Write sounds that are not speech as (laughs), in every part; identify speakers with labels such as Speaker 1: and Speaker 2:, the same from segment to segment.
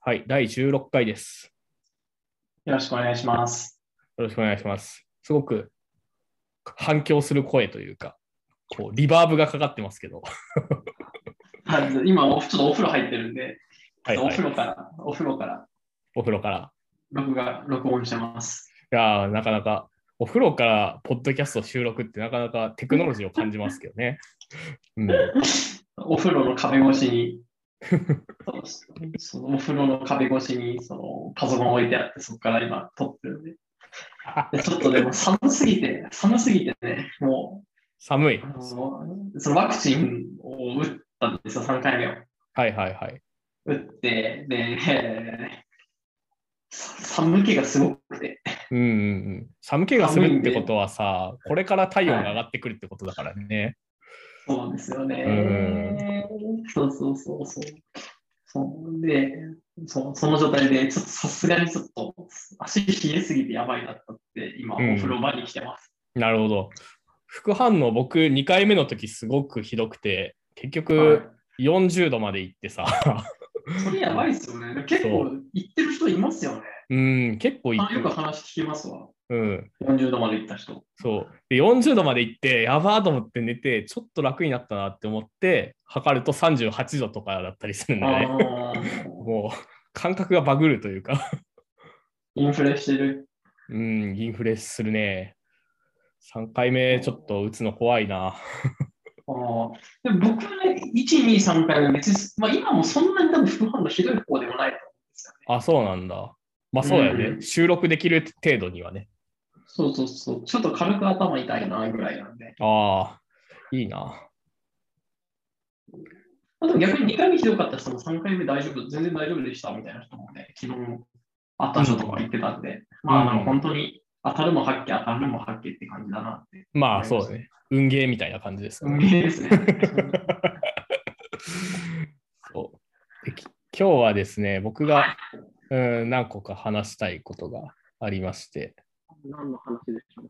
Speaker 1: はい、第16回です。
Speaker 2: よろしくお願いします。
Speaker 1: よろしくお願いします。すごく反響する声というか、こうリバーブがかかってますけど。 (laughs)
Speaker 2: はい今、おちょっとお風呂入ってるんで、
Speaker 1: はい、
Speaker 2: お
Speaker 1: はい
Speaker 2: 風、呂から、お風呂から
Speaker 1: お風呂から。
Speaker 2: 録画、録音してます。
Speaker 1: いやーなかなか、お風呂からポッドキャスト収録ってなかなかテクノロジーを感じますけど
Speaker 2: (laughs)
Speaker 1: ね。うん、
Speaker 2: お風呂の壁越
Speaker 1: (laughs)
Speaker 2: しに、そうそのお風呂の壁越しにそのパソコン置いてあって、そこから今撮ってるんで。
Speaker 1: (laughs)
Speaker 2: でちょっとでも寒すぎて、寒すぎてね、も、
Speaker 1: 寒いう
Speaker 2: あ。のそのワクチンを打ったんですよ、3回目を。
Speaker 1: はいはいはい。
Speaker 2: 打って、で、 (laughs) えー寒気がすごくて。
Speaker 1: うんうんうん、寒気がするってことはさ、これから体温が上がってくるってことだからね。
Speaker 2: そうなんですよね。そうそうそうそう。そうでそう、その状態で、ちょっとさすがにちょっと足冷えすぎてやばいなと思って、今、お
Speaker 1: うん
Speaker 2: 風呂場に来てます。
Speaker 1: なるほど。副反応、僕2回目の時すごくひどくて、結局、
Speaker 2: はい
Speaker 1: 40度まで行ってさ、
Speaker 2: それやばいですよね。結構行ってる人いますよね。
Speaker 1: うん、結構行っ
Speaker 2: あ
Speaker 1: て
Speaker 2: よ
Speaker 1: る
Speaker 2: く話聞きますわ。
Speaker 1: うん、
Speaker 2: 40度まで行った人。
Speaker 1: そう。で、40度まで行って、やばーと思って寝て、ちょっと楽になったなって思って、測ると38度とかだったりするんで
Speaker 2: あ
Speaker 1: ね、
Speaker 2: あー、
Speaker 1: もう、感覚がバグるというか、 (laughs)
Speaker 2: インフレしてる。
Speaker 1: うん、インフレするね。3回目、ちょっと打つの怖いな。
Speaker 2: あーでも僕はね、1、2、3回目、別に、まあ、今もそんなに多分副反応ひどい方でもないと思うんですよね。
Speaker 1: あ、そうなんだ。まあそうだよね。
Speaker 2: うん
Speaker 1: 収録できる程度にはね。
Speaker 2: そうそうそう。ちょっと軽く頭痛いなぐらいなんで。
Speaker 1: ああ、いいな。
Speaker 2: あと逆に2回目ひどかった人も3回目大丈夫、全然大丈夫でしたみたいな人もね、昨日会った人とか言ってたんで、まああ
Speaker 1: うん
Speaker 2: の本当に当たるも発見、当たるも発見って感じだなって。
Speaker 1: まあそうだね。運ゲーみたいな感じですよ
Speaker 2: 運
Speaker 1: ね。
Speaker 2: 命ですね。
Speaker 1: そうでき今日はですね、僕がうん何個か話したいことがありまして、
Speaker 2: 何の話でしょう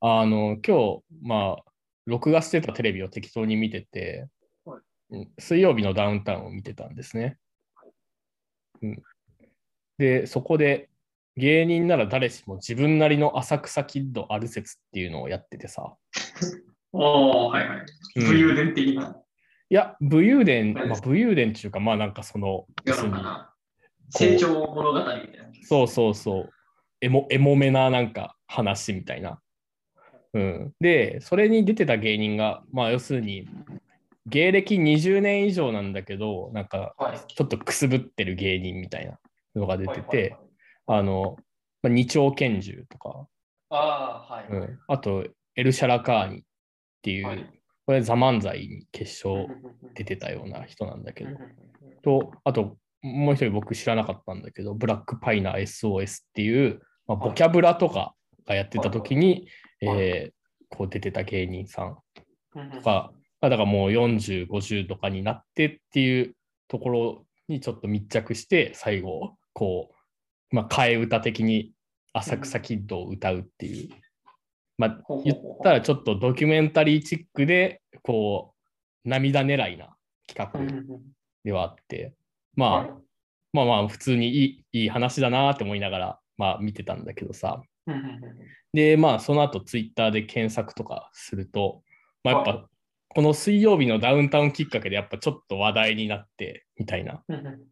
Speaker 1: あの今日、まあ、録画してたテレビを適当に見てて
Speaker 2: はい、
Speaker 1: うん水曜日のダウンタウンを見てたんですね。うん、で、そこで芸人なら誰しも自分なりの浅草キッドある説っていうのをやっててさ、
Speaker 2: おー、はいはい。
Speaker 1: うん
Speaker 2: 武勇伝的な。
Speaker 1: いや、武勇伝、
Speaker 2: はい
Speaker 1: まあ、武勇伝っていうか、まあなんかその、
Speaker 2: 世の中な成長物語みたいな。
Speaker 1: そうそうそう。エモエモめななんか話みたいな。うん、で、それに出てた芸人が、まあ要するに、芸歴20年以上なんだけど、なんか
Speaker 2: はい。
Speaker 1: ちょっとくすぶってる芸人みたいなのが出て
Speaker 2: はいはい
Speaker 1: て
Speaker 2: はい、、
Speaker 1: あの、まあ、二丁拳銃とか、
Speaker 2: ああ、はい。
Speaker 1: うん、あと、エルシャラカーニっていう、
Speaker 2: はい
Speaker 1: これ、ザ・漫才に決
Speaker 2: うんうん
Speaker 1: 勝
Speaker 2: うんうん
Speaker 1: 出てたような人なんだけ
Speaker 2: う
Speaker 1: ど
Speaker 2: んうん、うん
Speaker 1: と、あと、もう一人僕知らなかったんだけど、ブラックパイナー SOS っていう、まあ、
Speaker 2: はい
Speaker 1: ボキャブラとかがやってた時に、
Speaker 2: はい
Speaker 1: えーこう出てた芸人さん
Speaker 2: うんうん
Speaker 1: とか、まあだからもう40、50とかになってっていうところにちょっと密着して、最後、こう、まあ、替え歌的に浅草キッドを歌うっていう。まあ、
Speaker 2: ほうほう
Speaker 1: 言っ
Speaker 2: ほう
Speaker 1: たらちょっとドキュメンタリーチックで、こう、涙狙いな企
Speaker 2: うんうん
Speaker 1: 画
Speaker 2: うん
Speaker 1: ではあって、まあ、まあまあ普通にいいいい話だなって思いながら、まあ、見てたんだけどさ
Speaker 2: うんうんうん
Speaker 1: でまあその後ツイッターで検索とかすると、まあ、やっ
Speaker 2: はい
Speaker 1: ぱこの水曜日のダウンタウンきっかけでやっぱちょっと話題になってみたいな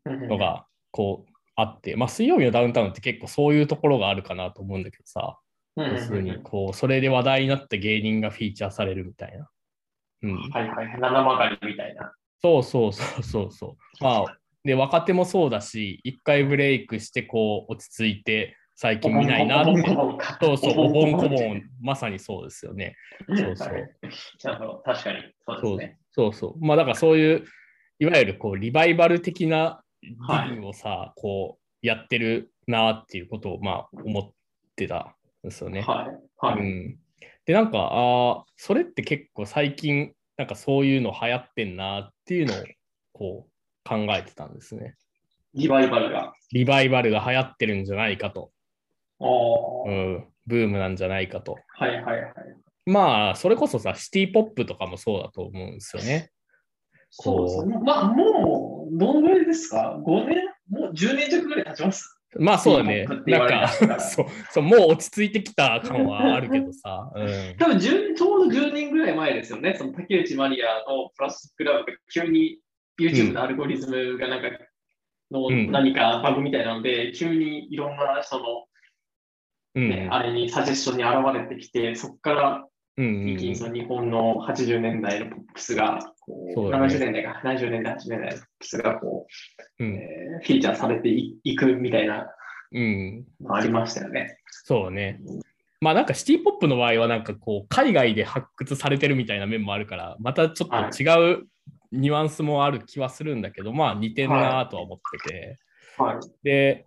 Speaker 1: の
Speaker 2: の、
Speaker 1: がこうあって、まあ、水曜日のダウンタウンって結構そういうところがあるかなと思うんだけどさ
Speaker 2: うんうんうん
Speaker 1: 要するにこうそれで話題になって芸人がフィーチャーされるみたいな。うん、
Speaker 2: はいはい、七曲がりみたいな。
Speaker 1: そうそうそうそうそう。まあ、で、若手もそうだし、一回ブレイクして、こう、落ち着いて、最近見ないなって。そうそう、おぼんこぼん、まさにそうですよね。そうそう
Speaker 2: はいなるほど確かに、そうですね。
Speaker 1: そうそう。まあ、だからそういう、いわゆるこう、リバイバル的なリズムをさ、こう、やってるなっていうことを、まあ、思ってたんですよね。
Speaker 2: はい。は
Speaker 1: う
Speaker 2: い。
Speaker 1: ん、でなんかあーそれって結構最近なんかそういうの流行ってんなっていうのをこう考えてたんですね。
Speaker 2: リバイバルが。
Speaker 1: リバイバルが流行ってるんじゃないかと、
Speaker 2: お
Speaker 1: う
Speaker 2: ー
Speaker 1: ん、ブームなんじゃないかと。
Speaker 2: はいはいはい。
Speaker 1: まあそれこそさシティ・ポップとかもそうだと思うんですよね。
Speaker 2: そうですね。まあ、もう、どのぐらいですか ?5 年もう10年弱ぐらい経ちます。
Speaker 1: まあそうだね
Speaker 2: ピーポ。ップって言
Speaker 1: な
Speaker 2: わ
Speaker 1: ん
Speaker 2: れたから
Speaker 1: か、 (laughs) そう、そう、もう落ち着いてきた感はあるけどさ。うん。
Speaker 2: 多分10ちょうど10年ぐらい前ですよね。その竹内まりやのプラスクラブが急に YouTube のアルゴリズムがなんか、
Speaker 1: う
Speaker 2: の
Speaker 1: ん
Speaker 2: 何かバグみたいなので、急にいろんなその、
Speaker 1: う
Speaker 2: ね
Speaker 1: ん。
Speaker 2: あれにサジェッションに現れてきて、そこから
Speaker 1: うん
Speaker 2: 一気に
Speaker 1: う
Speaker 2: そ
Speaker 1: ん。
Speaker 2: の日本の80年代のポップスがこう、
Speaker 1: そうだね
Speaker 2: 70年代か、70年代、80年代のポップスがこ
Speaker 1: う
Speaker 2: う、
Speaker 1: ん。
Speaker 2: えーフィーチャーされていいくみたいな
Speaker 1: うん。
Speaker 2: のありましたよね。
Speaker 1: そうね。まあなんかシティポップの場合はなんかこう海外で発掘されてるみたいな面もあるからまたちょっと違うニュアンスもある気はするんだけどまあ似てんなとは思ってて、
Speaker 2: はい。
Speaker 1: で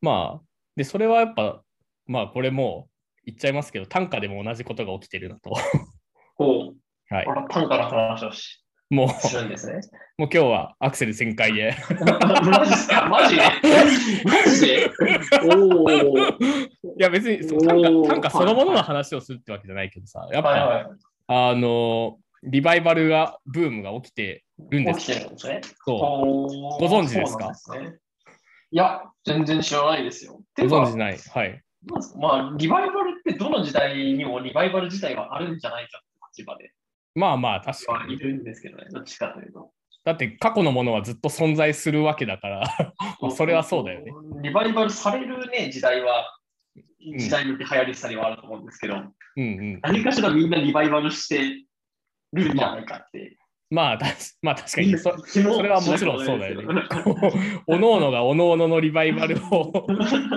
Speaker 1: まあでそれはやっぱまあこれもう言っちゃいますけど短歌でも同じことが起きてるなと (laughs)
Speaker 2: こう、
Speaker 1: はい
Speaker 2: あら、短歌の話をし
Speaker 1: もう
Speaker 2: するんですね。
Speaker 1: もう今日はアクセル全開で
Speaker 2: マジっすかマジでマジでおー。
Speaker 1: いや別にそう
Speaker 2: おー
Speaker 1: 短歌短歌そのものの話をするってわけじゃないけどさやっぱ、
Speaker 2: はいは
Speaker 1: あのリバイバルがブームが起きてるん
Speaker 2: い。
Speaker 1: で
Speaker 2: 起
Speaker 1: す
Speaker 2: きてるんですね。
Speaker 1: そう
Speaker 2: ご
Speaker 1: ご存知ですか
Speaker 2: いや、全然知らないですよ。て
Speaker 1: ご
Speaker 2: か
Speaker 1: 存知ないはい
Speaker 2: なんですかまあ、リバイバルってどの時代にもリバイバル自体はあるんじゃないかって立場で
Speaker 1: まあまあ確か
Speaker 2: い
Speaker 1: に。
Speaker 2: るんですけどね、どっちかというと。
Speaker 1: だって過去のものはずっと存在するわけだから、 (laughs) まあそれはそうだよね。
Speaker 2: リバイバルされるね、時代は、
Speaker 1: ん
Speaker 2: 時代によって流行りしたりはあると思うんですけど、
Speaker 1: うんうん。
Speaker 2: 何かしらみんなリバイバルしてるんじゃないかって。
Speaker 1: まあ、たしまあ確かにそ、
Speaker 2: そ
Speaker 1: それはもちろんそうだよね。こう (laughs) おのおのがおのおののリバイバル (laughs) を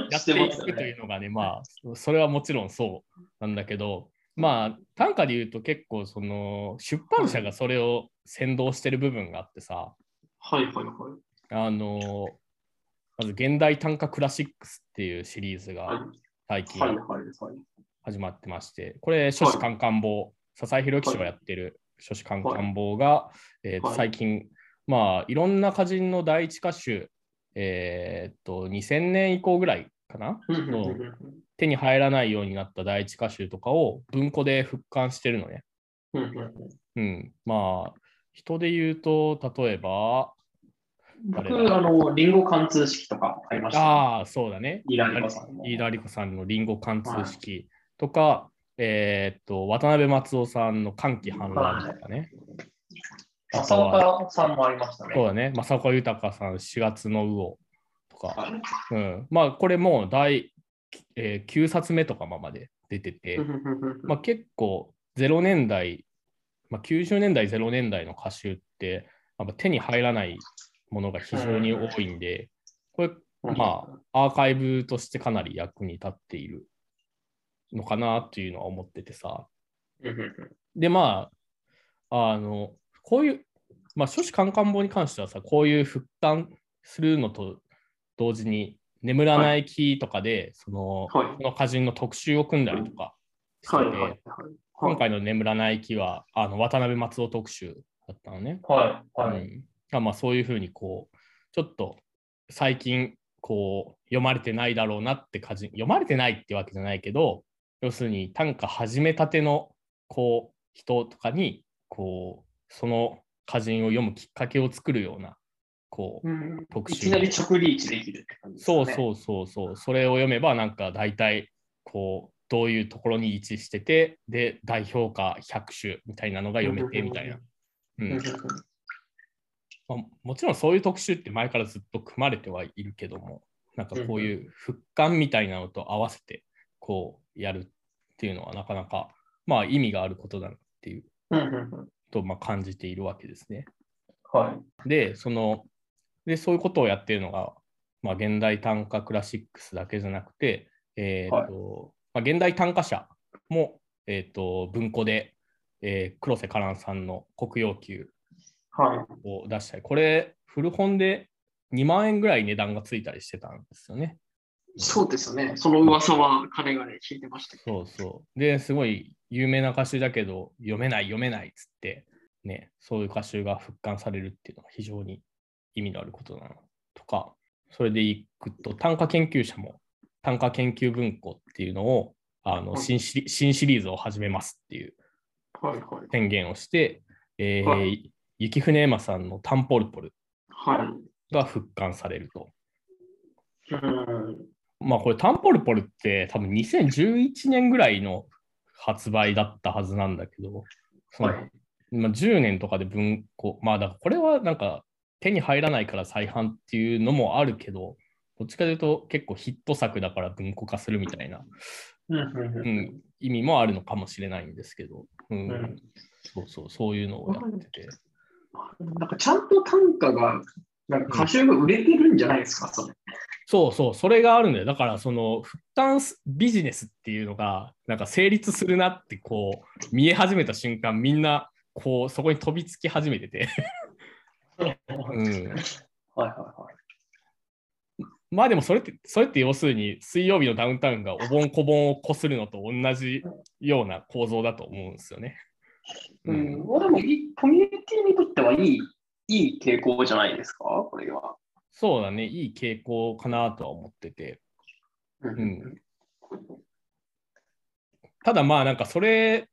Speaker 1: やっていくというのがね、まあ、それはもちろんそうなんだけど、まあ、短歌で言うと結構、その、出版社がそれを先導してる部分があってさ、
Speaker 2: はいはいはい。
Speaker 1: あの、まず現代短歌クラシックスっていうシリーズが最近
Speaker 2: はいはいはい。
Speaker 1: 始まってまして、これ、書士官官房、笹井宏樹氏がやってる書士官官房が、えーと
Speaker 2: はい
Speaker 1: 最近、まあ、いろんな歌人の第一歌手、えー、と2000年以降ぐらいかな、手に入らないようになった第一歌手とかを文庫で復刊してるのね。うん、まあ、人で言うと、例えば、
Speaker 2: 僕、あの、リンゴ貫通式とか買いました。
Speaker 1: ああ、そうだね。
Speaker 2: イラリコさんの
Speaker 1: 飯田理子さんのリンゴ貫通式とか、えーっと、渡辺松夫さんの歓喜反乱とかね。
Speaker 2: 笹岡さんもありましたね。
Speaker 1: そうだね。正岡豊さん、4月の魚とか。
Speaker 2: はい
Speaker 1: うん。まあ、これもう第、えー9冊目とかままで出てて、まあ、結構0年代、まあ、90年代、0年代の歌集って、まあ手に入らないものが非常に多いんで、これまアーカイブとしてかなり役に立っているのかなっていうのは思っててさ。で、まあ、あの、こういう、まあ、書士カンカン本に関してはさ、こういう復刊するのと同時に、眠らない木とかで、その、
Speaker 2: はい
Speaker 1: この歌人の特集を組んだりとかして
Speaker 2: は
Speaker 1: て、
Speaker 2: いはい
Speaker 1: 今回の眠らない木は、あの、渡辺松尾特集だったのね。
Speaker 2: はいは
Speaker 1: う
Speaker 2: い。
Speaker 1: んあまあ、そういうふうにこうちょっと最近こう読まれてないだろうなって歌人読まれてないってわけじゃないけど要するに短歌始めたてのこう人とかにこうその歌人を読むきっかけを作るようなこう特
Speaker 2: い
Speaker 1: 集
Speaker 2: きなり直リーチできるって感じです
Speaker 1: そう
Speaker 2: う。
Speaker 1: そうそうそうそれを読めばなんか大体こうどういうところに位置しててで代表歌100首みたいなのが読めてみたいな。うんまあ、もちろんそういう特集って前からずっと組まれてはいるけどもなんかこういう復刊みたいなのと合わせてこうやるっていうのはなかなかまあ意味があることだなっていうとまあ感じているわけですね。
Speaker 2: はい。
Speaker 1: でそのでそういうことをやってるのが、まあ、現代短歌クラシックスだけじゃなくて、えーとまあ、現代短歌社も、えー、と文庫で、えー黒瀬カランさんの「国要求」
Speaker 2: はい。
Speaker 1: を出したり、これ、古本で2万円ぐらい値段がついたりしてたんですよね。
Speaker 2: そうですよね。その噂は彼がね、聞いてましたけど。
Speaker 1: そうそう。で、すごい有名な歌手だけど、読めない、読めないっつって、ね、そういう歌手が復刊されるっていうのは非常に意味のあることだなとか、それでいくと、短歌研究者も短歌研究文庫っていうのを、あの
Speaker 2: はい
Speaker 1: 新シリ新シリーズを始めますっていう
Speaker 2: はいはい。
Speaker 1: 宣言をして、えー
Speaker 2: は
Speaker 1: 雪船エマさんのタンポルポル
Speaker 2: はい。
Speaker 1: が復刊されると。
Speaker 2: うん。
Speaker 1: まあこれ、タンポルポルって多分2011年ぐらいの発売だったはずなんだけど、その
Speaker 2: はい。
Speaker 1: まあ、10年とかで文庫、まあだからこれはなんか手に入らないから再販っていうのもあるけど、どっちかというと結構ヒット作だから文庫化するみたいな、
Speaker 2: うんうん
Speaker 1: う
Speaker 2: うん
Speaker 1: ん、意味もあるのかもしれないんですけど、うん
Speaker 2: うん
Speaker 1: そうそう、そういうのをやってて。
Speaker 2: なんかちゃんと単価が、なんか歌集が売れてるんじゃないですか、それ。
Speaker 1: そうそう、それがあるんだよ。だから、その、負担すビジネスっていうのが、なんか成立するなって、こう、見え始めた瞬間、みんな、こう、そこに飛びつき始めてて。うん
Speaker 2: はいはいはい。
Speaker 1: まあでも、それって、それって要するに、水曜日のダウンタウンがお盆小盆をこするのと同じような構造だと思うんですよね。
Speaker 2: うん、まあでもいい、コミュニティにとってはいい、いい傾向じゃないですか、これは。
Speaker 1: そうだね、いい傾向かなとは思ってて。
Speaker 2: う
Speaker 1: うんただまあなんかそれ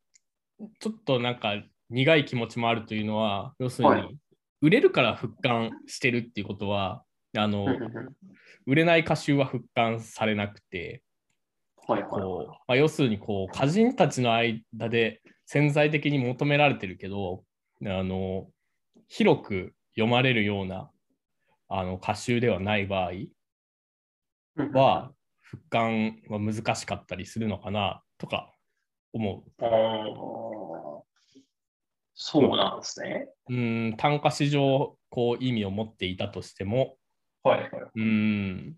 Speaker 1: ちょっとなんか苦い気持ちもあるというのは要する
Speaker 2: は
Speaker 1: に売れるから復刊してるっていうことはあの、
Speaker 2: うんうん
Speaker 1: 売れない歌集は復刊されなくて
Speaker 2: はいはい
Speaker 1: こう
Speaker 2: は、
Speaker 1: まあ、要するにこう歌人たちの間で潜在的に求められてるけどあの広く読まれるようなあの歌集ではない場合
Speaker 2: い。うん
Speaker 1: は復刊は難しかったりするのかなとか思う。
Speaker 2: あーそうなんですね。
Speaker 1: うん、単価市場、こう意味を持っていたとしても、
Speaker 2: はいはい。
Speaker 1: うん、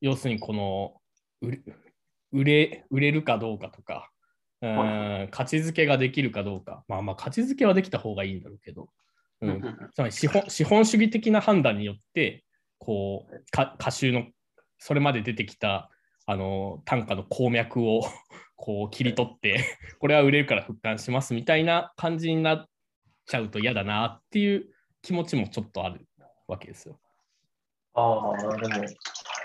Speaker 1: 要するにこの売れ売れ売れるかどうかとか、うん、価値づけができるかどうか、まあまあ価値づけはできた方がいいんだろうけど、う、
Speaker 2: うんうんん
Speaker 1: つまり資本資本主義的な判断によって、こう、か歌集の、それまで出てきた、あの単価の鉱脈を (laughs) こう切り取って、これは売れるから復刊しますみたいな感じになっちゃうと嫌だなっていう気持ちもちょっとあるわけですよ。
Speaker 2: ああ、でも、あれで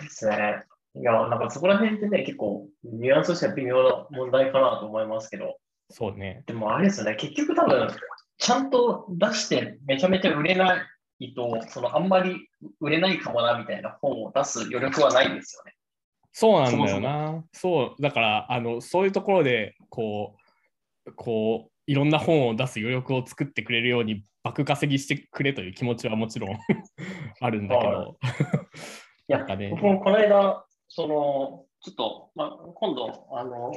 Speaker 2: すね。いや、なんかそこら辺ってね、結構、ニュアンスとしては微妙な問題かなと思いますけど、
Speaker 1: そうね。
Speaker 2: でもあれですね、結局多分、ちゃんと出してめちゃめちゃ売れないと、そのあんまり売れないかもなみたいな本を出す余力はないんですよね。
Speaker 1: そうなんだよな。そう、だから、あの、そういうところで、こう、こう、いろんな本を出す余力を作ってくれるように、爆稼ぎしてくれという気持ちはもちろん (laughs) あるんだけど。
Speaker 2: いや
Speaker 1: なんかね
Speaker 2: 僕もこの間、その、ちょっと、まあ、今度、あの、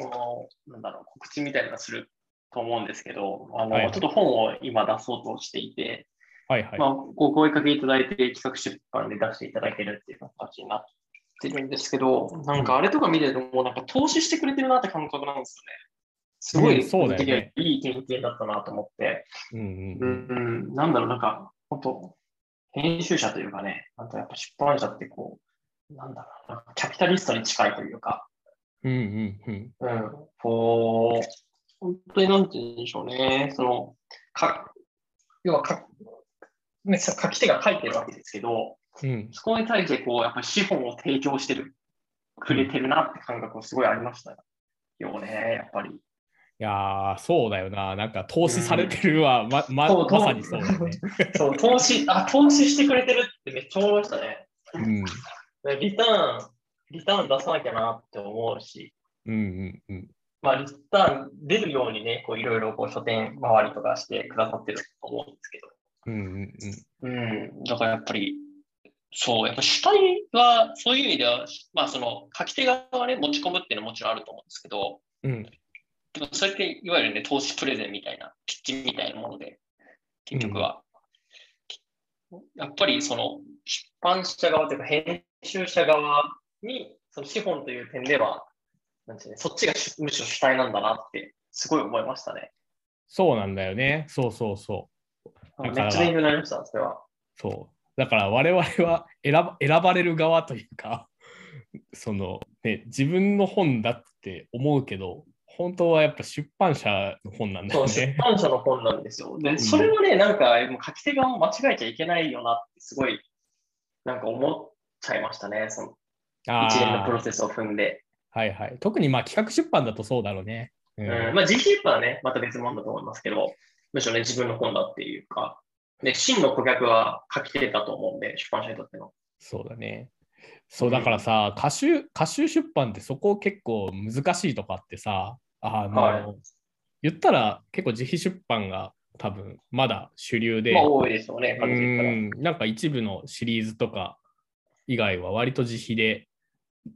Speaker 2: なんだろう、告知みたいなのすると思うんですけど、あの、
Speaker 1: はい
Speaker 2: ちょっと本を今出そうとしていて、
Speaker 1: はいはい。
Speaker 2: まあ、ご声かけいただいて、企画出版で出していただけるっていう形になってるんですけど、なんかあれとか見てると、もうなんか投資してくれてるなって感覚なんですよね。すごい、
Speaker 1: うんそうだよね
Speaker 2: いい経験だったなと思って、
Speaker 1: うんうん
Speaker 2: う
Speaker 1: うん
Speaker 2: ん、うんなんだろう、なんか、本当編集者というかね、なんかやっぱ出版社ってこう、なんだろうな、キャピタリストに近いというか、
Speaker 1: うんうんうん。
Speaker 2: うん、こう、本当になんて言うんでしょうね、その、か、要はか、ね、さ書き手が書いてるわけですけど、
Speaker 1: うん
Speaker 2: そこに対して、こう、やっぱり資本を提供してる、くれてるなって感覚はすごいありましたよね、やっぱり。
Speaker 1: いやーそうだよな。なんか投資されてるは、まま
Speaker 2: そう
Speaker 1: まさにそうだよね。
Speaker 2: そう、投資、あ、投資してくれてるってめっちゃ思いましたね。
Speaker 1: うん
Speaker 2: でリターン、リターン出さなきゃなって思うし、
Speaker 1: うんうんうん。
Speaker 2: まあ、リターン出るようにね、こう、いろいろこう書店周りとかしてくださってると思うんですけど、
Speaker 1: うんうん
Speaker 2: うん、だからやっぱり、そう、やっぱ主体は、そういう意味では、まあその書き手側がね、持ち込むっていうのはもちろんあると思うんですけど、
Speaker 1: うんうん
Speaker 2: でもそれっていわゆるね、投資プレゼンみたいな、ピッチみたいなもので、結局は。やっぱりその出版社側というか編集者側に、その資本という点では、なんていうね、そっちがしむしろ主体なんだなって、すごい思いましたね。
Speaker 1: そうなんだよね。そうそうそう。
Speaker 2: め
Speaker 1: だ
Speaker 2: っ
Speaker 1: から
Speaker 2: ちゃ勉強になりました、それは。
Speaker 1: そう。だから我々は選ば選ばれる側というか、そのね、自分の本だって思うけど、本当はやっぱ出版社の本なんだ
Speaker 2: そ
Speaker 1: よ
Speaker 2: う、出
Speaker 1: ね。
Speaker 2: 版社の本なんですよ。で、
Speaker 1: ん
Speaker 2: それはね、なんか、もう書き手側も間違えちゃいけないよなって、すごい、なんか思っちゃいましたね、その
Speaker 1: あ
Speaker 2: 一連のプロ
Speaker 1: ー
Speaker 2: セスを踏んで。
Speaker 1: はいはい。特にまあ企画出版だとそうだろうね。う
Speaker 2: うん、まあ、実出版はね、また別物だと思いますけど、むしろね、自分の本だっていうか、で、真の顧客は書き手だと思うんで、出版社にとっての。
Speaker 1: そうだね。そうだからさ、歌集歌集出版ってそこ結構難しいとかあってさ、あの、
Speaker 3: はい
Speaker 1: 言ったら結構自費出版が多分まだ主流で、
Speaker 3: まあ多いですよね、
Speaker 1: う
Speaker 3: 数言ったら
Speaker 1: んなんか一部のシリーズとか以外は割と自費で、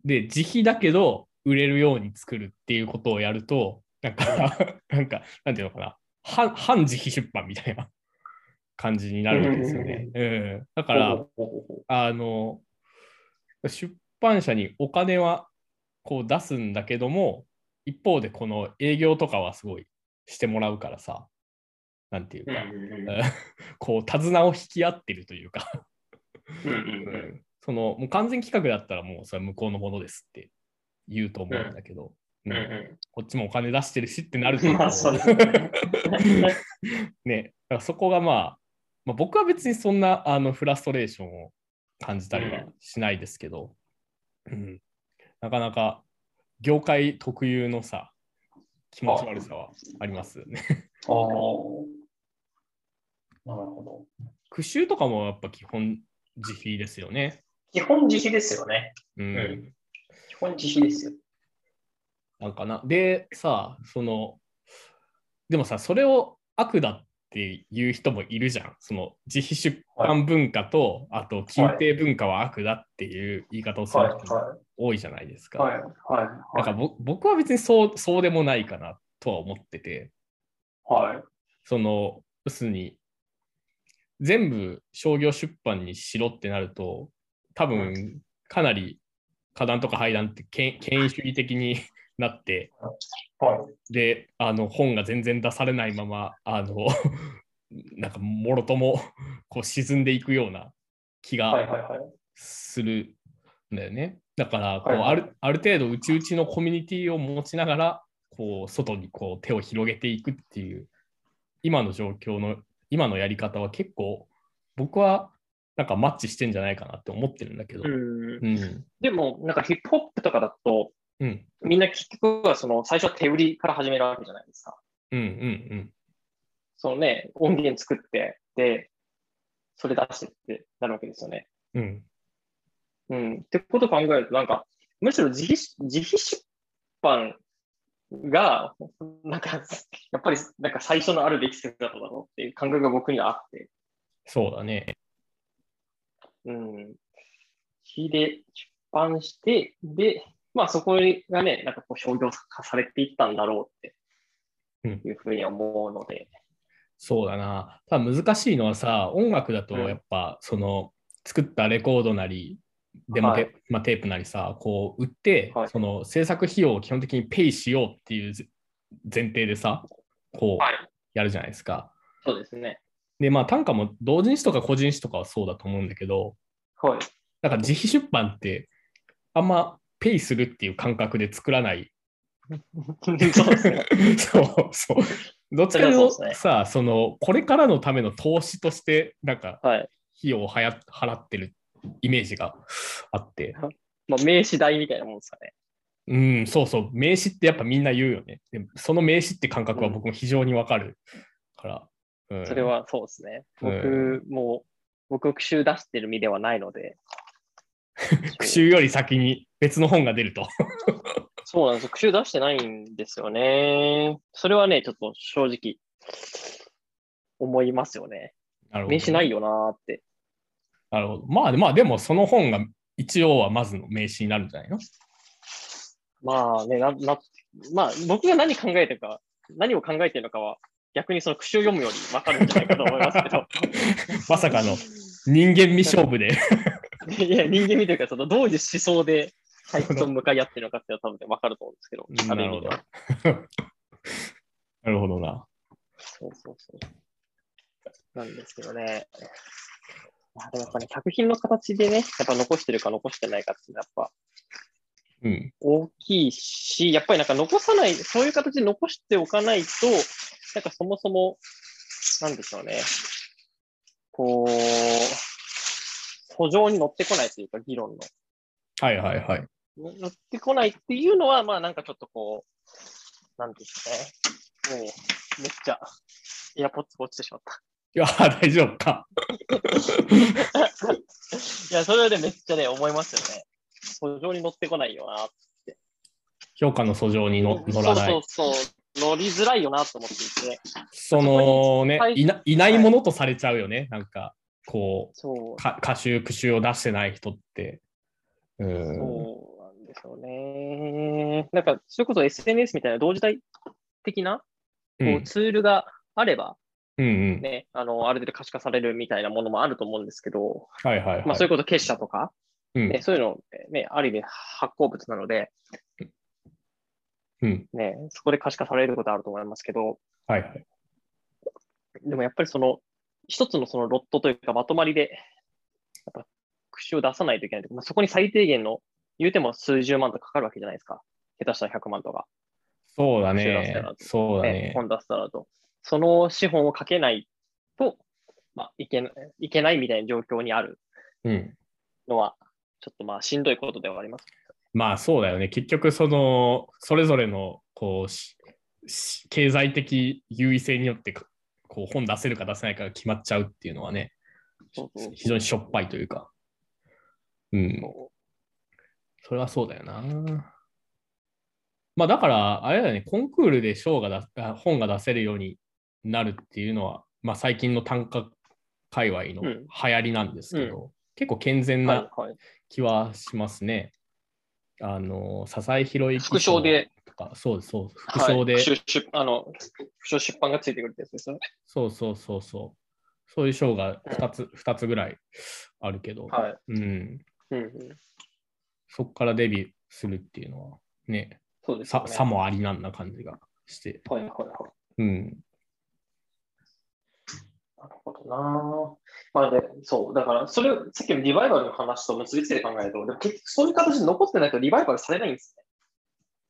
Speaker 1: で、自費だけど売れるように作るっていうことをやると、なんか、 (laughs) なんか、なんていうのかな、半半自費出版みたいな感じになるわけですよね。うん、だから、
Speaker 3: ほうほうほうほ
Speaker 1: あの出版社にお金はこう出すんだけども一方でこの営業とかはすごいしてもらうからさなんていう
Speaker 3: うう
Speaker 1: か、
Speaker 3: んうんうん
Speaker 1: えこう手綱を引き合ってるというか、
Speaker 3: うんうん
Speaker 1: そのもう完全企画だったらもうそれは向こうのものですって言うと思うんだけど、
Speaker 3: うん
Speaker 1: うん
Speaker 3: う
Speaker 1: こっちもお金出してるしってなると
Speaker 3: んまあそうですね。
Speaker 1: ね、だからそこがまあ、まあ、僕は別にそんなあのフラストレーションを感じたりはしないですけど、うん、なかなか業界特有のさ、気持ち悪さはありますよね。
Speaker 3: ああ。なるほど。
Speaker 1: 苦習とかもやっぱ基本自費ですよね。
Speaker 3: 基本自費ですよね。
Speaker 1: うん。
Speaker 3: うん基本自費ですよ。
Speaker 1: なんかな。でさ、その、でもさ、それを悪だっていう人もいるじゃん。その自費出版文化と、あと、近定文化は悪だっていう言い方をす
Speaker 3: はい
Speaker 1: る人も
Speaker 3: は
Speaker 1: 多いじゃないです
Speaker 3: い
Speaker 1: か。
Speaker 3: はいはい
Speaker 1: なん
Speaker 3: は
Speaker 1: か
Speaker 3: い
Speaker 1: ぼ僕は別にそうそうでもないかなとは思ってて、
Speaker 3: はい。
Speaker 1: その、要するに、全部商業出版にしろってなると、多分かなり花壇とか廃壇って権権威主義的に (laughs) なって、
Speaker 3: はい。
Speaker 1: で、あの本が全然出されないまま、あの (laughs) なんかもろともこう沈んでいくような気が
Speaker 3: はいはいはい。
Speaker 1: するんだよね。だからこう、
Speaker 3: はいはい
Speaker 1: ある、ある程度、うちうちのコミュニティを持ちながら、こう外にこう手を広げていくっていう、今の状況の、今のやり方は結構、僕はなんかマッチしてんじゃないかなって思ってるんだけど。
Speaker 2: うん
Speaker 1: うん。
Speaker 2: でも、なんかヒップホップとかだと、
Speaker 1: うん。
Speaker 2: みんな結局はその最初は手売りから始めるわけじゃないですか。
Speaker 1: うん。うん。
Speaker 2: そのね、音源作って、で、それ出してってなるわけですよね。
Speaker 1: うん。うん。
Speaker 2: うん。ってことを考えると、なんか、むしろ自費自費出版が、なんか、やっぱりなんか最初のあるべき姿だっただろうっていう感覚が僕にはあって。
Speaker 1: そうだね。
Speaker 2: うん。火で出版して、で、まあそこがね、なんかこう商業化されていったんだろう
Speaker 1: うん
Speaker 2: っていうふうに思うので。
Speaker 1: そうだな。ただ難しいのはさ、音楽だと
Speaker 2: うん
Speaker 1: やっぱ、その作ったレコードなり、デモテ,、
Speaker 2: は
Speaker 1: まあ、テープなりさ、こう売って、
Speaker 2: はい
Speaker 1: その制作費用を基本的にペイしようっていうぜ前提でさ、こう
Speaker 2: はい
Speaker 1: やるじゃないですか。
Speaker 2: そうですね。
Speaker 1: で、まあ単価も同人誌とか個人誌とかはそうだと思うんだけど、
Speaker 2: はい。 (laughs)
Speaker 1: なんか自費出版ってあんまペイするっていう感覚で作ら
Speaker 2: (laughs)
Speaker 1: ない
Speaker 2: そうですね。
Speaker 1: そうそう。どっちかというと
Speaker 2: それはそうですね
Speaker 1: さ、そのこれからのための投資として、なんか
Speaker 2: はい。
Speaker 1: 費用をはや払ってるイメージがあって、
Speaker 2: まあ名刺代みたいなもんですかね。
Speaker 1: うん、そうそう、名刺ってやっぱみんな言うよね。でその名刺って感覚は僕も非常にわかるから。うん
Speaker 2: それはそうですね。
Speaker 1: う
Speaker 2: 僕も、僕、句集出してる身ではない
Speaker 1: (laughs)
Speaker 2: ので。
Speaker 1: 句集より先に別の本が出ると。 (laughs)
Speaker 2: そうなんですよ。句集出してないんですよね。それはね、ちょっと正直、思いますよね。
Speaker 1: なるほど
Speaker 2: 名刺ないよなーって。
Speaker 1: なるほど。まあ、まあ、でもその本が一応はまずの名刺になるんじゃないの (laughs)
Speaker 2: まあね、な、な、まあ僕が何考えてるか、何を考えてるのかは、逆にその口を読むより分かるんじゃないかと思いますけど。
Speaker 1: (laughs) まさかの人間味勝
Speaker 2: (laughs)
Speaker 1: 負で。
Speaker 2: いや、人間見てるから、そのどういう思想で最初と向かい合ってるのかっていうのは多分分かると思うんですけど、ある意味では。
Speaker 1: (laughs) なるほどな。
Speaker 2: そうそうそう。なんですけどね。まあでもやっぱね、作品の形でね、やっぱ残してるか残してないかっていうのはやっぱ
Speaker 1: うん。
Speaker 2: 大きいし、やっぱりなんか残さない、そういう形で残しておかないと、なんかそもそも、なんでしょうね。こう、途上に乗ってこないというか、議論
Speaker 1: はいはいはい。
Speaker 2: の。乗ってこないっていうのは、まあなんかちょっとこう、なんですね。もう、めっちゃ、エアポッツが落ちてしまった。
Speaker 1: いや、大丈夫か。
Speaker 2: (laughs) いや、それはね、めっちゃね、思いますよね。途上に乗ってこないよな。
Speaker 1: 評価の訴状にの乗らない。
Speaker 2: そうそうそう。乗りづらいよなと思っていて。
Speaker 1: そのね、
Speaker 2: はい
Speaker 1: いな、いないものとされちゃうよね。なんか、こ
Speaker 2: そう
Speaker 1: う、。か歌集、句集を出してない人って。うん。
Speaker 2: そうなんですよね。なんか、それこそ SNS みたいな同時代的な
Speaker 1: う
Speaker 2: こ
Speaker 1: ん
Speaker 2: うツールがあれば、
Speaker 1: うんうん。
Speaker 2: ね、あの、ある程度可視化されるみたいなものもあると思うんですけど、
Speaker 1: はいはいはい。
Speaker 2: まあ、それこそ結社とか、
Speaker 1: うん
Speaker 2: ね、そういうの、ね、ある意味発行物なので、
Speaker 1: うん。
Speaker 2: ね、そこで可視化されることあると思いますけど、
Speaker 1: はいはい。
Speaker 2: でもやっぱりその、一つのそのロットというかまとまりで、やっぱ、口を出さないといけないというかまあ、そこに最低限の、言うても数十万とかかかるわけじゃないですか。下手したら100万とか。
Speaker 1: そうだ
Speaker 2: 知らせ
Speaker 1: ね
Speaker 2: な。
Speaker 1: そうだ
Speaker 2: ね
Speaker 1: ね、。
Speaker 2: 本出したらと。その資本をかけないと、まあ、いけないいけないみたいな状況にある
Speaker 1: うん。
Speaker 2: のは、ちょっとまあしんどいことではあります。
Speaker 1: まあそうだよね。結局、その、それぞれの、こうしし、経済的優位性によってか、こう、本出せるか出せないかが決まっちゃうっていうのはね、
Speaker 2: そうそう
Speaker 1: 非常にしょっぱいというか。うん。それはそうだよな。まあだから、あれだよね、コンクールで賞が出あ本が出せるようになるっていうのは、まあ最近の単価界隈の
Speaker 2: うん
Speaker 1: 流行りなんですけど、結構健全
Speaker 2: はい
Speaker 1: な
Speaker 2: はい、
Speaker 1: 気はしますね。あの、笹井博之賞
Speaker 2: 副賞で、
Speaker 1: とか、そうそう、副賞で、
Speaker 2: はい副賞出あの副賞出版がついてくるってやつですよね。
Speaker 1: そうそうそうそう。そういう賞が2つ、二つぐらいあるけど、
Speaker 2: はい。
Speaker 1: うん。
Speaker 2: うんうん、
Speaker 1: そこからデビューするっていうのは、ね、
Speaker 2: そうですよ
Speaker 1: さ
Speaker 2: ね。
Speaker 1: さもありなんな感じがして。
Speaker 2: はいはいはい。
Speaker 1: うん。
Speaker 2: なるほどな。まあね、そう、だから、それ、さっきのリバイバルの話と結びついて考えると、でも結局そういう形で残ってないとリバイバルされないんですね。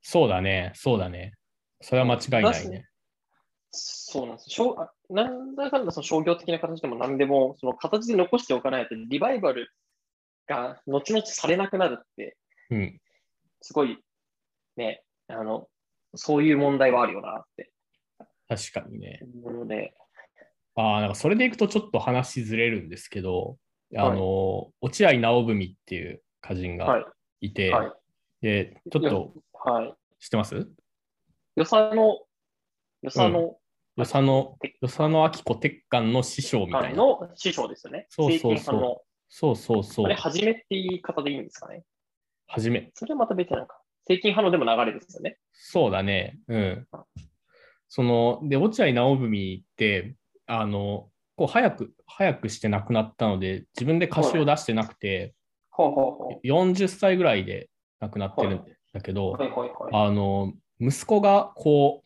Speaker 1: そうだね、そうだね。それは間違いないね。
Speaker 2: そうなんですしょうあなんだかんだその商業的な形でも何でも、その形で残しておかないと、リバイバルが後々されなくなるって、
Speaker 1: うん。
Speaker 2: すごい、ね、あの、そういう問題はあるよなって
Speaker 1: 確かにね。
Speaker 2: 思うので、
Speaker 1: ああ、なんかそれでいくとちょっと話ずれるんですけど、あ
Speaker 2: はい
Speaker 1: の、落合直文っていう歌人
Speaker 2: はい
Speaker 1: が、いて、
Speaker 2: はい、
Speaker 1: で、ちょっと
Speaker 2: はい。
Speaker 1: 知ってます
Speaker 2: 予算の、予算の、
Speaker 1: 与謝野与謝野明子鉄管の師匠み
Speaker 2: あ
Speaker 1: たいな。
Speaker 2: の師匠ですよね。
Speaker 1: そうそうそう
Speaker 2: 政権さんの
Speaker 1: そうそうそ
Speaker 2: あ
Speaker 1: う
Speaker 2: れ、。初めって言い方でいいんですかね。
Speaker 1: はじめ。
Speaker 2: それはまた別なのか。正金派のでも流れですよね。
Speaker 1: そうだね。うん。その、で、落合直文って、あの、こう早く、早くして亡くなったので、自分で歌詞を出してなくて、
Speaker 2: ほうほうほ
Speaker 1: 40歳ぐらいで亡くなってるんだけど、
Speaker 2: う。はいはいはい。
Speaker 1: あの息子がこ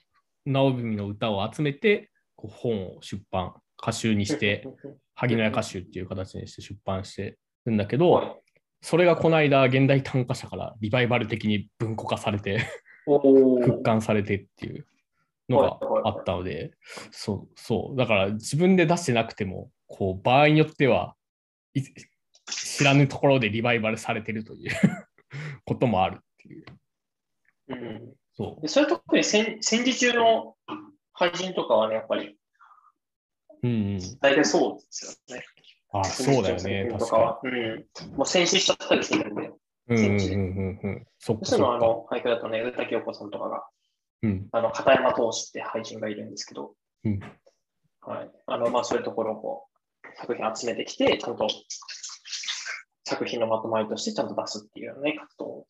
Speaker 1: う直文の歌を集めてこう本を出版歌集にして
Speaker 2: うんうん
Speaker 1: 「萩野屋歌集」っていう形にして出版してるんだけ
Speaker 2: うん、
Speaker 1: ど、
Speaker 2: はい
Speaker 1: それがこの間現代短歌社からリバイバル的に文庫化されて
Speaker 2: おー
Speaker 1: 復刊されてっていうのがあったのでそうそうだから自分で出してなくてもこう場合によってはい知らぬところでリバイバルされてるという (laughs) こともあるっていう。
Speaker 2: うん
Speaker 1: そう
Speaker 2: でそれは特に戦戦時中の俳人とかはね、やっぱり
Speaker 1: うんうん、
Speaker 2: 大体そうですよね。
Speaker 1: あそうだよね、
Speaker 2: 戦時中の
Speaker 1: 確か
Speaker 2: 作品とかは。うん。もう戦死しちゃったりするんで、
Speaker 1: に。うんうん
Speaker 2: 戦時
Speaker 1: うんうんうん。そっか
Speaker 2: そ
Speaker 1: そう
Speaker 2: いうのはあ
Speaker 1: っか。
Speaker 2: の俳句だとね、宇多京子さんとかが、
Speaker 1: うん
Speaker 2: あの片山投資って俳人がいるんですけど、
Speaker 1: うん
Speaker 2: はい。あの、まあそういうところをこう作品集めてきて、ちゃんと作品のまとまりとしてちゃんと出すっていうようなね、活動を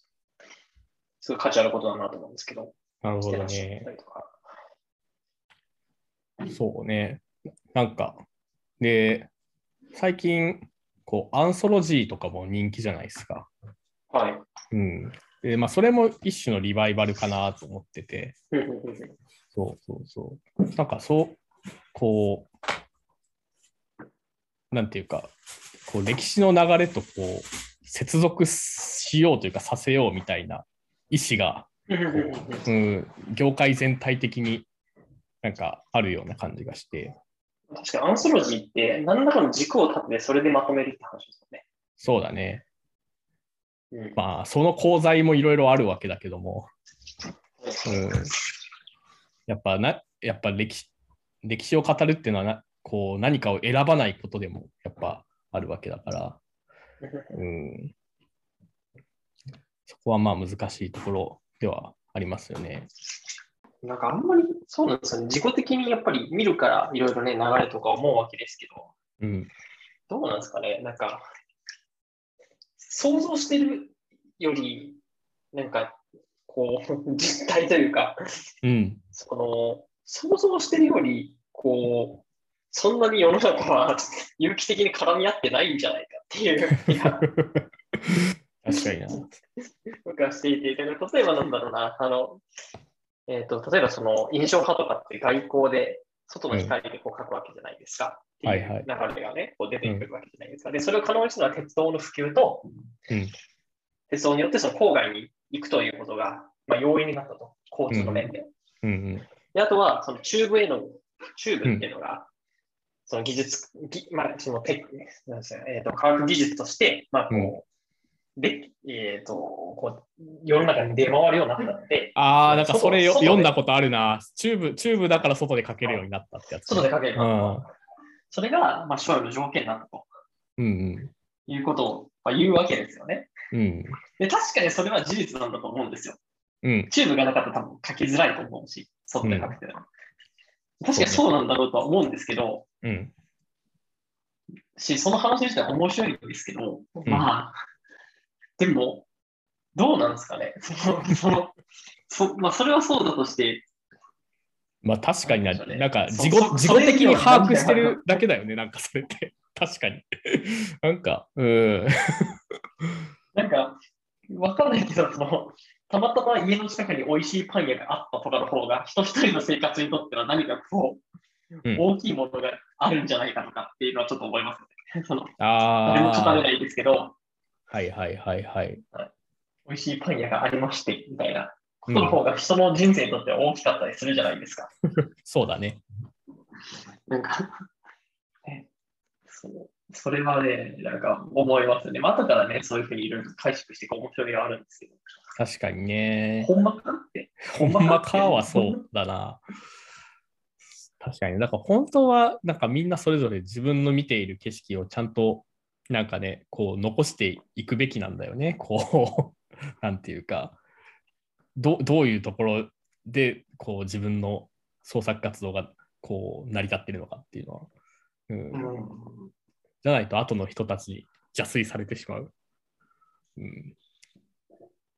Speaker 2: すごい価値あることだなと思うんですけど、
Speaker 1: なるほ
Speaker 2: して
Speaker 1: ど
Speaker 2: らっしゃ
Speaker 1: ね
Speaker 2: った。りとか。
Speaker 1: そうね。なんか、で、最近、こう、アンソロジーとかも人気じゃないですか。
Speaker 2: はい。
Speaker 1: うん。で、まあ、それも一種のリバイバルかなと思ってて。
Speaker 2: うんうんうんうん
Speaker 1: そうそうそう。なんかそう、こう、なんていうか、こう歴史の流れとこう接続しようというかさせようみたいな意思が、
Speaker 2: うんうんうんうん
Speaker 1: うん、業界全体的になんかあるような感じがして、
Speaker 2: 確かにアンソロジーって何らかの軸を立ててそれでまとめるって話です
Speaker 1: そうだね。
Speaker 2: よね。
Speaker 1: まあ、その功罪もいろいろあるわけだけども、
Speaker 2: うん
Speaker 1: うん、やっぱな、やっぱ歴史歴史を語るっていうのはなこう何かを選ばないことでもやっぱあるわけだから、うん、そこはまあ難しいところではありますよね。
Speaker 4: なんかあんまり、
Speaker 2: そうなんですよね。自己的にやっぱり見るからいろいろね、流れとか思うわけですけ
Speaker 1: う
Speaker 2: ど、
Speaker 1: ん、
Speaker 2: どうなんですかね。なんか、想像してるより、なんか、こう、 (laughs) 実態というか、 (laughs)
Speaker 1: うん、
Speaker 2: その、想像してるより、こう、そんなに世の中は (laughs) 有機的に絡み合ってないんじゃないかっていう
Speaker 1: (laughs)
Speaker 2: 気が
Speaker 1: 確かにな。
Speaker 2: 僕はしていて、だから例えばなんだろうな、あの、えっ、と、例えばその印象派とかって外交で、外の光でこう書くわけじゃないですか。
Speaker 1: うん
Speaker 2: ってう流れがね、こう出てくるわけじゃないですか。で、それを可能にしたのは鉄道の普及と、
Speaker 1: うん
Speaker 2: 鉄道によってその郊外に行くということが、まあ、容易になったと、交通の面で。
Speaker 1: うん
Speaker 2: で、あとは、そのチューブへの、チューブっていうのが、その技術、ぎまあ、そのテクなんですよ、えーと、科学技術として、まあ、こう、で、えっ、と、こう、世の中に出回るようになったので、
Speaker 1: ああ、なんかそれよ
Speaker 2: 外で
Speaker 1: 読んだことあるな。チューブ、チューブだから外で書けるようになったってやつ。
Speaker 2: 外でかける
Speaker 1: う。ん、うん
Speaker 2: それが、まあ、将来の条件なんだと
Speaker 1: うん、
Speaker 2: いうことを、まあ、言うわけですよね。
Speaker 1: うん、
Speaker 2: で、確かにそれは事実なんだと思うんですよ。
Speaker 1: うん、
Speaker 2: チューブがなかったら多分書きづらいと思うし、外で書くっていうのは。確かにそうなんだろうとは思うんですけど、
Speaker 1: うん、
Speaker 2: し、その話自体面白いんですけど、
Speaker 1: ん
Speaker 2: まあ、でも、どうなんですかね。 (laughs) その、その、そまあ、それはそうだとして、
Speaker 1: まあ確かにな、
Speaker 2: そうですね
Speaker 1: なんか
Speaker 2: そ
Speaker 1: 自己
Speaker 2: そ
Speaker 1: 自
Speaker 2: それ
Speaker 1: 己的に把握して
Speaker 2: それ
Speaker 1: るだけだよね、なんかそれって。 (laughs) 確かに。なんか、うん、
Speaker 2: なんか、わかんないけど、その、たまたま家の近くに美味しいパン屋があったとかの方が、人一人の生活にとっては何かこう、
Speaker 1: うん
Speaker 2: 大きいものがあるんじゃないかとかっていうのはちょっと思いますね。その、誰も語れ
Speaker 1: あ
Speaker 2: ないですけど、
Speaker 1: あ、はいはいはいはい。
Speaker 2: 美味しいパン屋がありまして、みたいなことの方が人の人生にとっては大きかったりするじゃないですか。
Speaker 1: そうだね。
Speaker 2: なんか (laughs) ね、そのそれはね、なんか思いますね。まあ後からね、そういうふうにいろいろ解釈していく面白みがあるんですけど、
Speaker 1: 確かにね。
Speaker 2: ほんまかって。
Speaker 1: ほんまかはそうだな。確かに。なんか本当は、なんかみんなそれぞれ自分の見ている景色をちゃんと、なんかね、こう残していくべきなんだよね。こう、 (laughs) なんていうか、どどういうところで、こう自分の創作活動が、こう成り立ってるのかっていうのは。うん
Speaker 2: うん
Speaker 1: じゃないと後の人たちに邪推されてしまう。うん、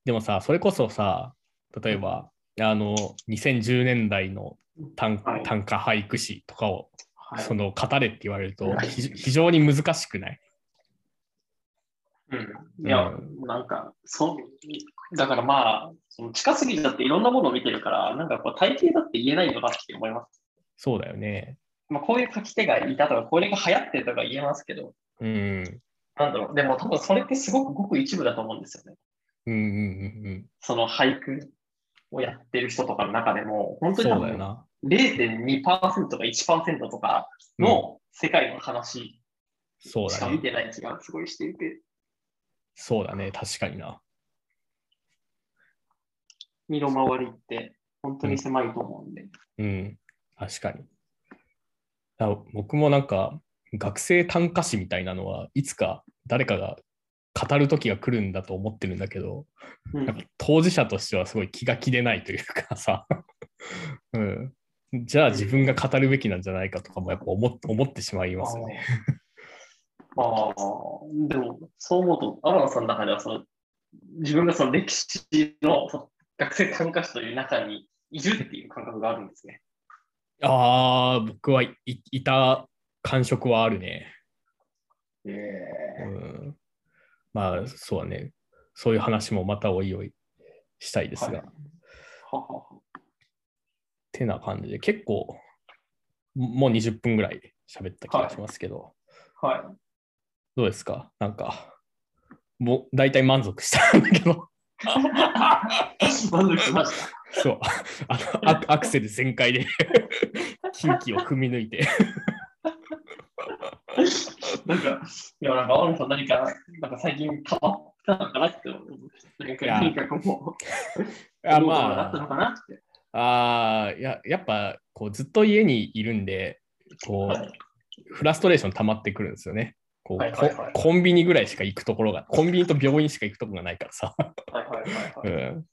Speaker 1: でもさ、それこそさ、例えば、あの、2010年代の短,、
Speaker 2: はい
Speaker 1: 短歌俳句詩とかを、
Speaker 2: はい
Speaker 1: その、語れって言われると、
Speaker 2: はい
Speaker 1: ひ非常に難しくない
Speaker 2: うん、いや、なんかそう、だからまあ、その近すぎちゃっていろんなものを見てるから、なんかこう体型だって言えないのかって思います。
Speaker 1: そうだよね。
Speaker 2: まあ、こういう書き手がいたとか、これが流行ってるとか言えますけど、
Speaker 1: うん。
Speaker 2: なんだろう、でも多分それってすごくごく一部だと思うんですよね。
Speaker 1: うんうんうんうん。
Speaker 2: その俳句をやってる人とかの中でも、本当
Speaker 1: そう
Speaker 2: に多
Speaker 1: だよ
Speaker 2: 分
Speaker 1: な。
Speaker 2: 0.2%か1%とかの世界の話
Speaker 1: そう
Speaker 2: し
Speaker 1: だ
Speaker 2: か見
Speaker 1: ね。
Speaker 2: てない気がすごいしていて、
Speaker 1: そうだね。確かにな。
Speaker 2: 身の回りって本当に狭いと思うんで。
Speaker 1: うん。確かに。あ僕もなんか、学生短歌詩みたいなのはいつか誰かが語る時が来るんだと思ってるんだけど、
Speaker 2: うん
Speaker 1: なんか当事者としてはすごい気が気でないというかさ、 (laughs) うん、じゃあ自分が語るべきなんじゃないかとかもやっぱ思っ思ってしまいますよね。
Speaker 2: あーあー、でもそう思うと、天野さんの中ではその自分がその歴史のその学生参加者という中にいるっていう感覚があるんですね。
Speaker 1: ああ、僕はいいた感触はあるね。うん、まあそうだね。そういう話もまたおいおいしたいですが。
Speaker 2: はいははは
Speaker 1: てな感じで、結構、もう20分ぐらい喋った気がしますけど、
Speaker 2: はい。
Speaker 1: どうですかなんか、もう大体満足したんだけど、
Speaker 2: 満足しました。
Speaker 1: そう、 (laughs) あのアクアクセル全開
Speaker 2: (laughs)
Speaker 1: で、近畿を踏み抜いて。
Speaker 2: なんか、いや、なんか、青野さん、何か、なんか最近変わったのかなって思う。なんか、
Speaker 1: いや
Speaker 2: 何かこ
Speaker 1: あ
Speaker 2: う、思うこと (laughs) があったの
Speaker 1: ま
Speaker 2: かなって。
Speaker 1: あ、あーいややっぱこうずっと家にいるんで、こう、
Speaker 2: はい
Speaker 1: フラストレーション溜まってくるんですよね。こう
Speaker 2: はいはいはい
Speaker 1: ココンビニぐらいしか行くところが、コンビニと病院しか行くところがないからさ。
Speaker 2: はいはいはいは
Speaker 1: う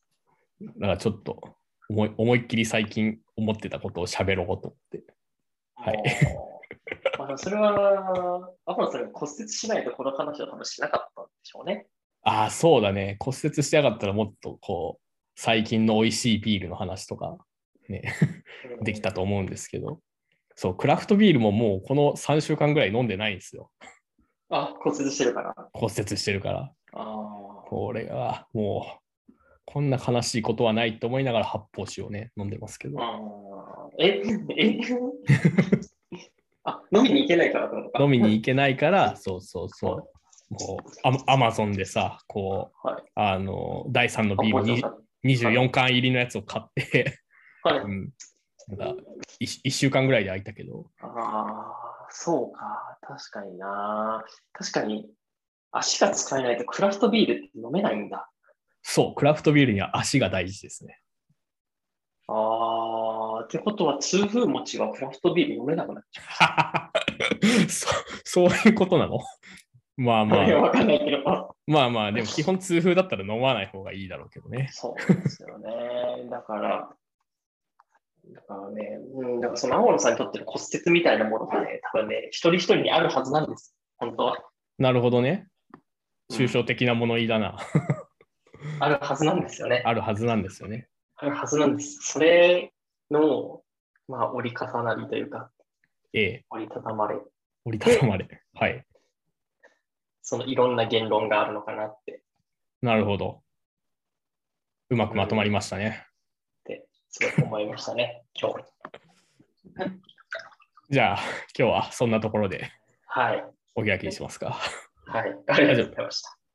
Speaker 2: い。
Speaker 1: ん。だからちょっと思い思いっきり最近思ってたことを喋ろうと思って。はい
Speaker 2: あー。まあ、それは、アポロさんが骨折しないとこの話は多分しなかったんでしょうね。
Speaker 1: ああ、そうだね。骨折してなかったらもっとこう、最近の美味しいビールの話とか
Speaker 2: うん
Speaker 1: できたと思うんですけど、そう、クラフトビールももうこの3週間ぐらい飲んでないんですよ。
Speaker 2: あ、骨折してるから。
Speaker 1: 骨折してるから。
Speaker 2: あー
Speaker 1: これがもう、こんな悲しいことはないと思いながら発泡酒をね、飲んでますけど。
Speaker 2: あー。え、え (laughs) あ、飲みに行けないからってことか。
Speaker 1: 飲みに行けないから、そうそうそう。こうアマアマゾンでさ、こう、
Speaker 2: はい
Speaker 1: あの、第3の
Speaker 2: あ
Speaker 1: ビール
Speaker 2: も
Speaker 1: に
Speaker 2: ちろん
Speaker 1: 24缶入りのやつを買って、 (laughs)
Speaker 2: はい
Speaker 1: うん、なんか 1, 週間ぐらいで空いたけど、
Speaker 2: ああ、そうか。確かにな。確かに、足が使えないとクラフトビールって飲めないんだ。
Speaker 1: そう、クラフトビールには足が大事ですね。 (laughs)
Speaker 2: ああ、ってことは、痛風持ちはクラフトビール飲めなくなっちゃ
Speaker 1: そそういうことなの (laughs) まあ
Speaker 2: う。
Speaker 1: ま
Speaker 2: いや
Speaker 1: あ、
Speaker 2: (laughs) わかんないけど。
Speaker 1: まあまあ、でも基本痛風だったら飲まない方がいいだろうけどね。
Speaker 2: そうですよね。だから、だからね、うん、だからその青野さんにとっての骨折みたいなものがね、多分ね、一人一人にあるはずなんです。本当は。
Speaker 1: なるほどね。
Speaker 2: うん
Speaker 1: 抽象的な物言いだな。
Speaker 2: あるはずなんですよね。
Speaker 1: あるはずなんですよね。
Speaker 2: あるはずなんです。それの、まあ、折り重なりというか、
Speaker 1: ええ、
Speaker 2: 折りたたまれ
Speaker 1: 折りたたまれ。はい。
Speaker 2: そのいろんな言論があるのかなって、
Speaker 1: なるほど。うまくまとまりましたね。
Speaker 2: すごく思いましたね、今日。
Speaker 1: じゃあ、今日はそんなところで
Speaker 2: はい。
Speaker 1: お開きにしますか。
Speaker 2: はい。ありがとうございました。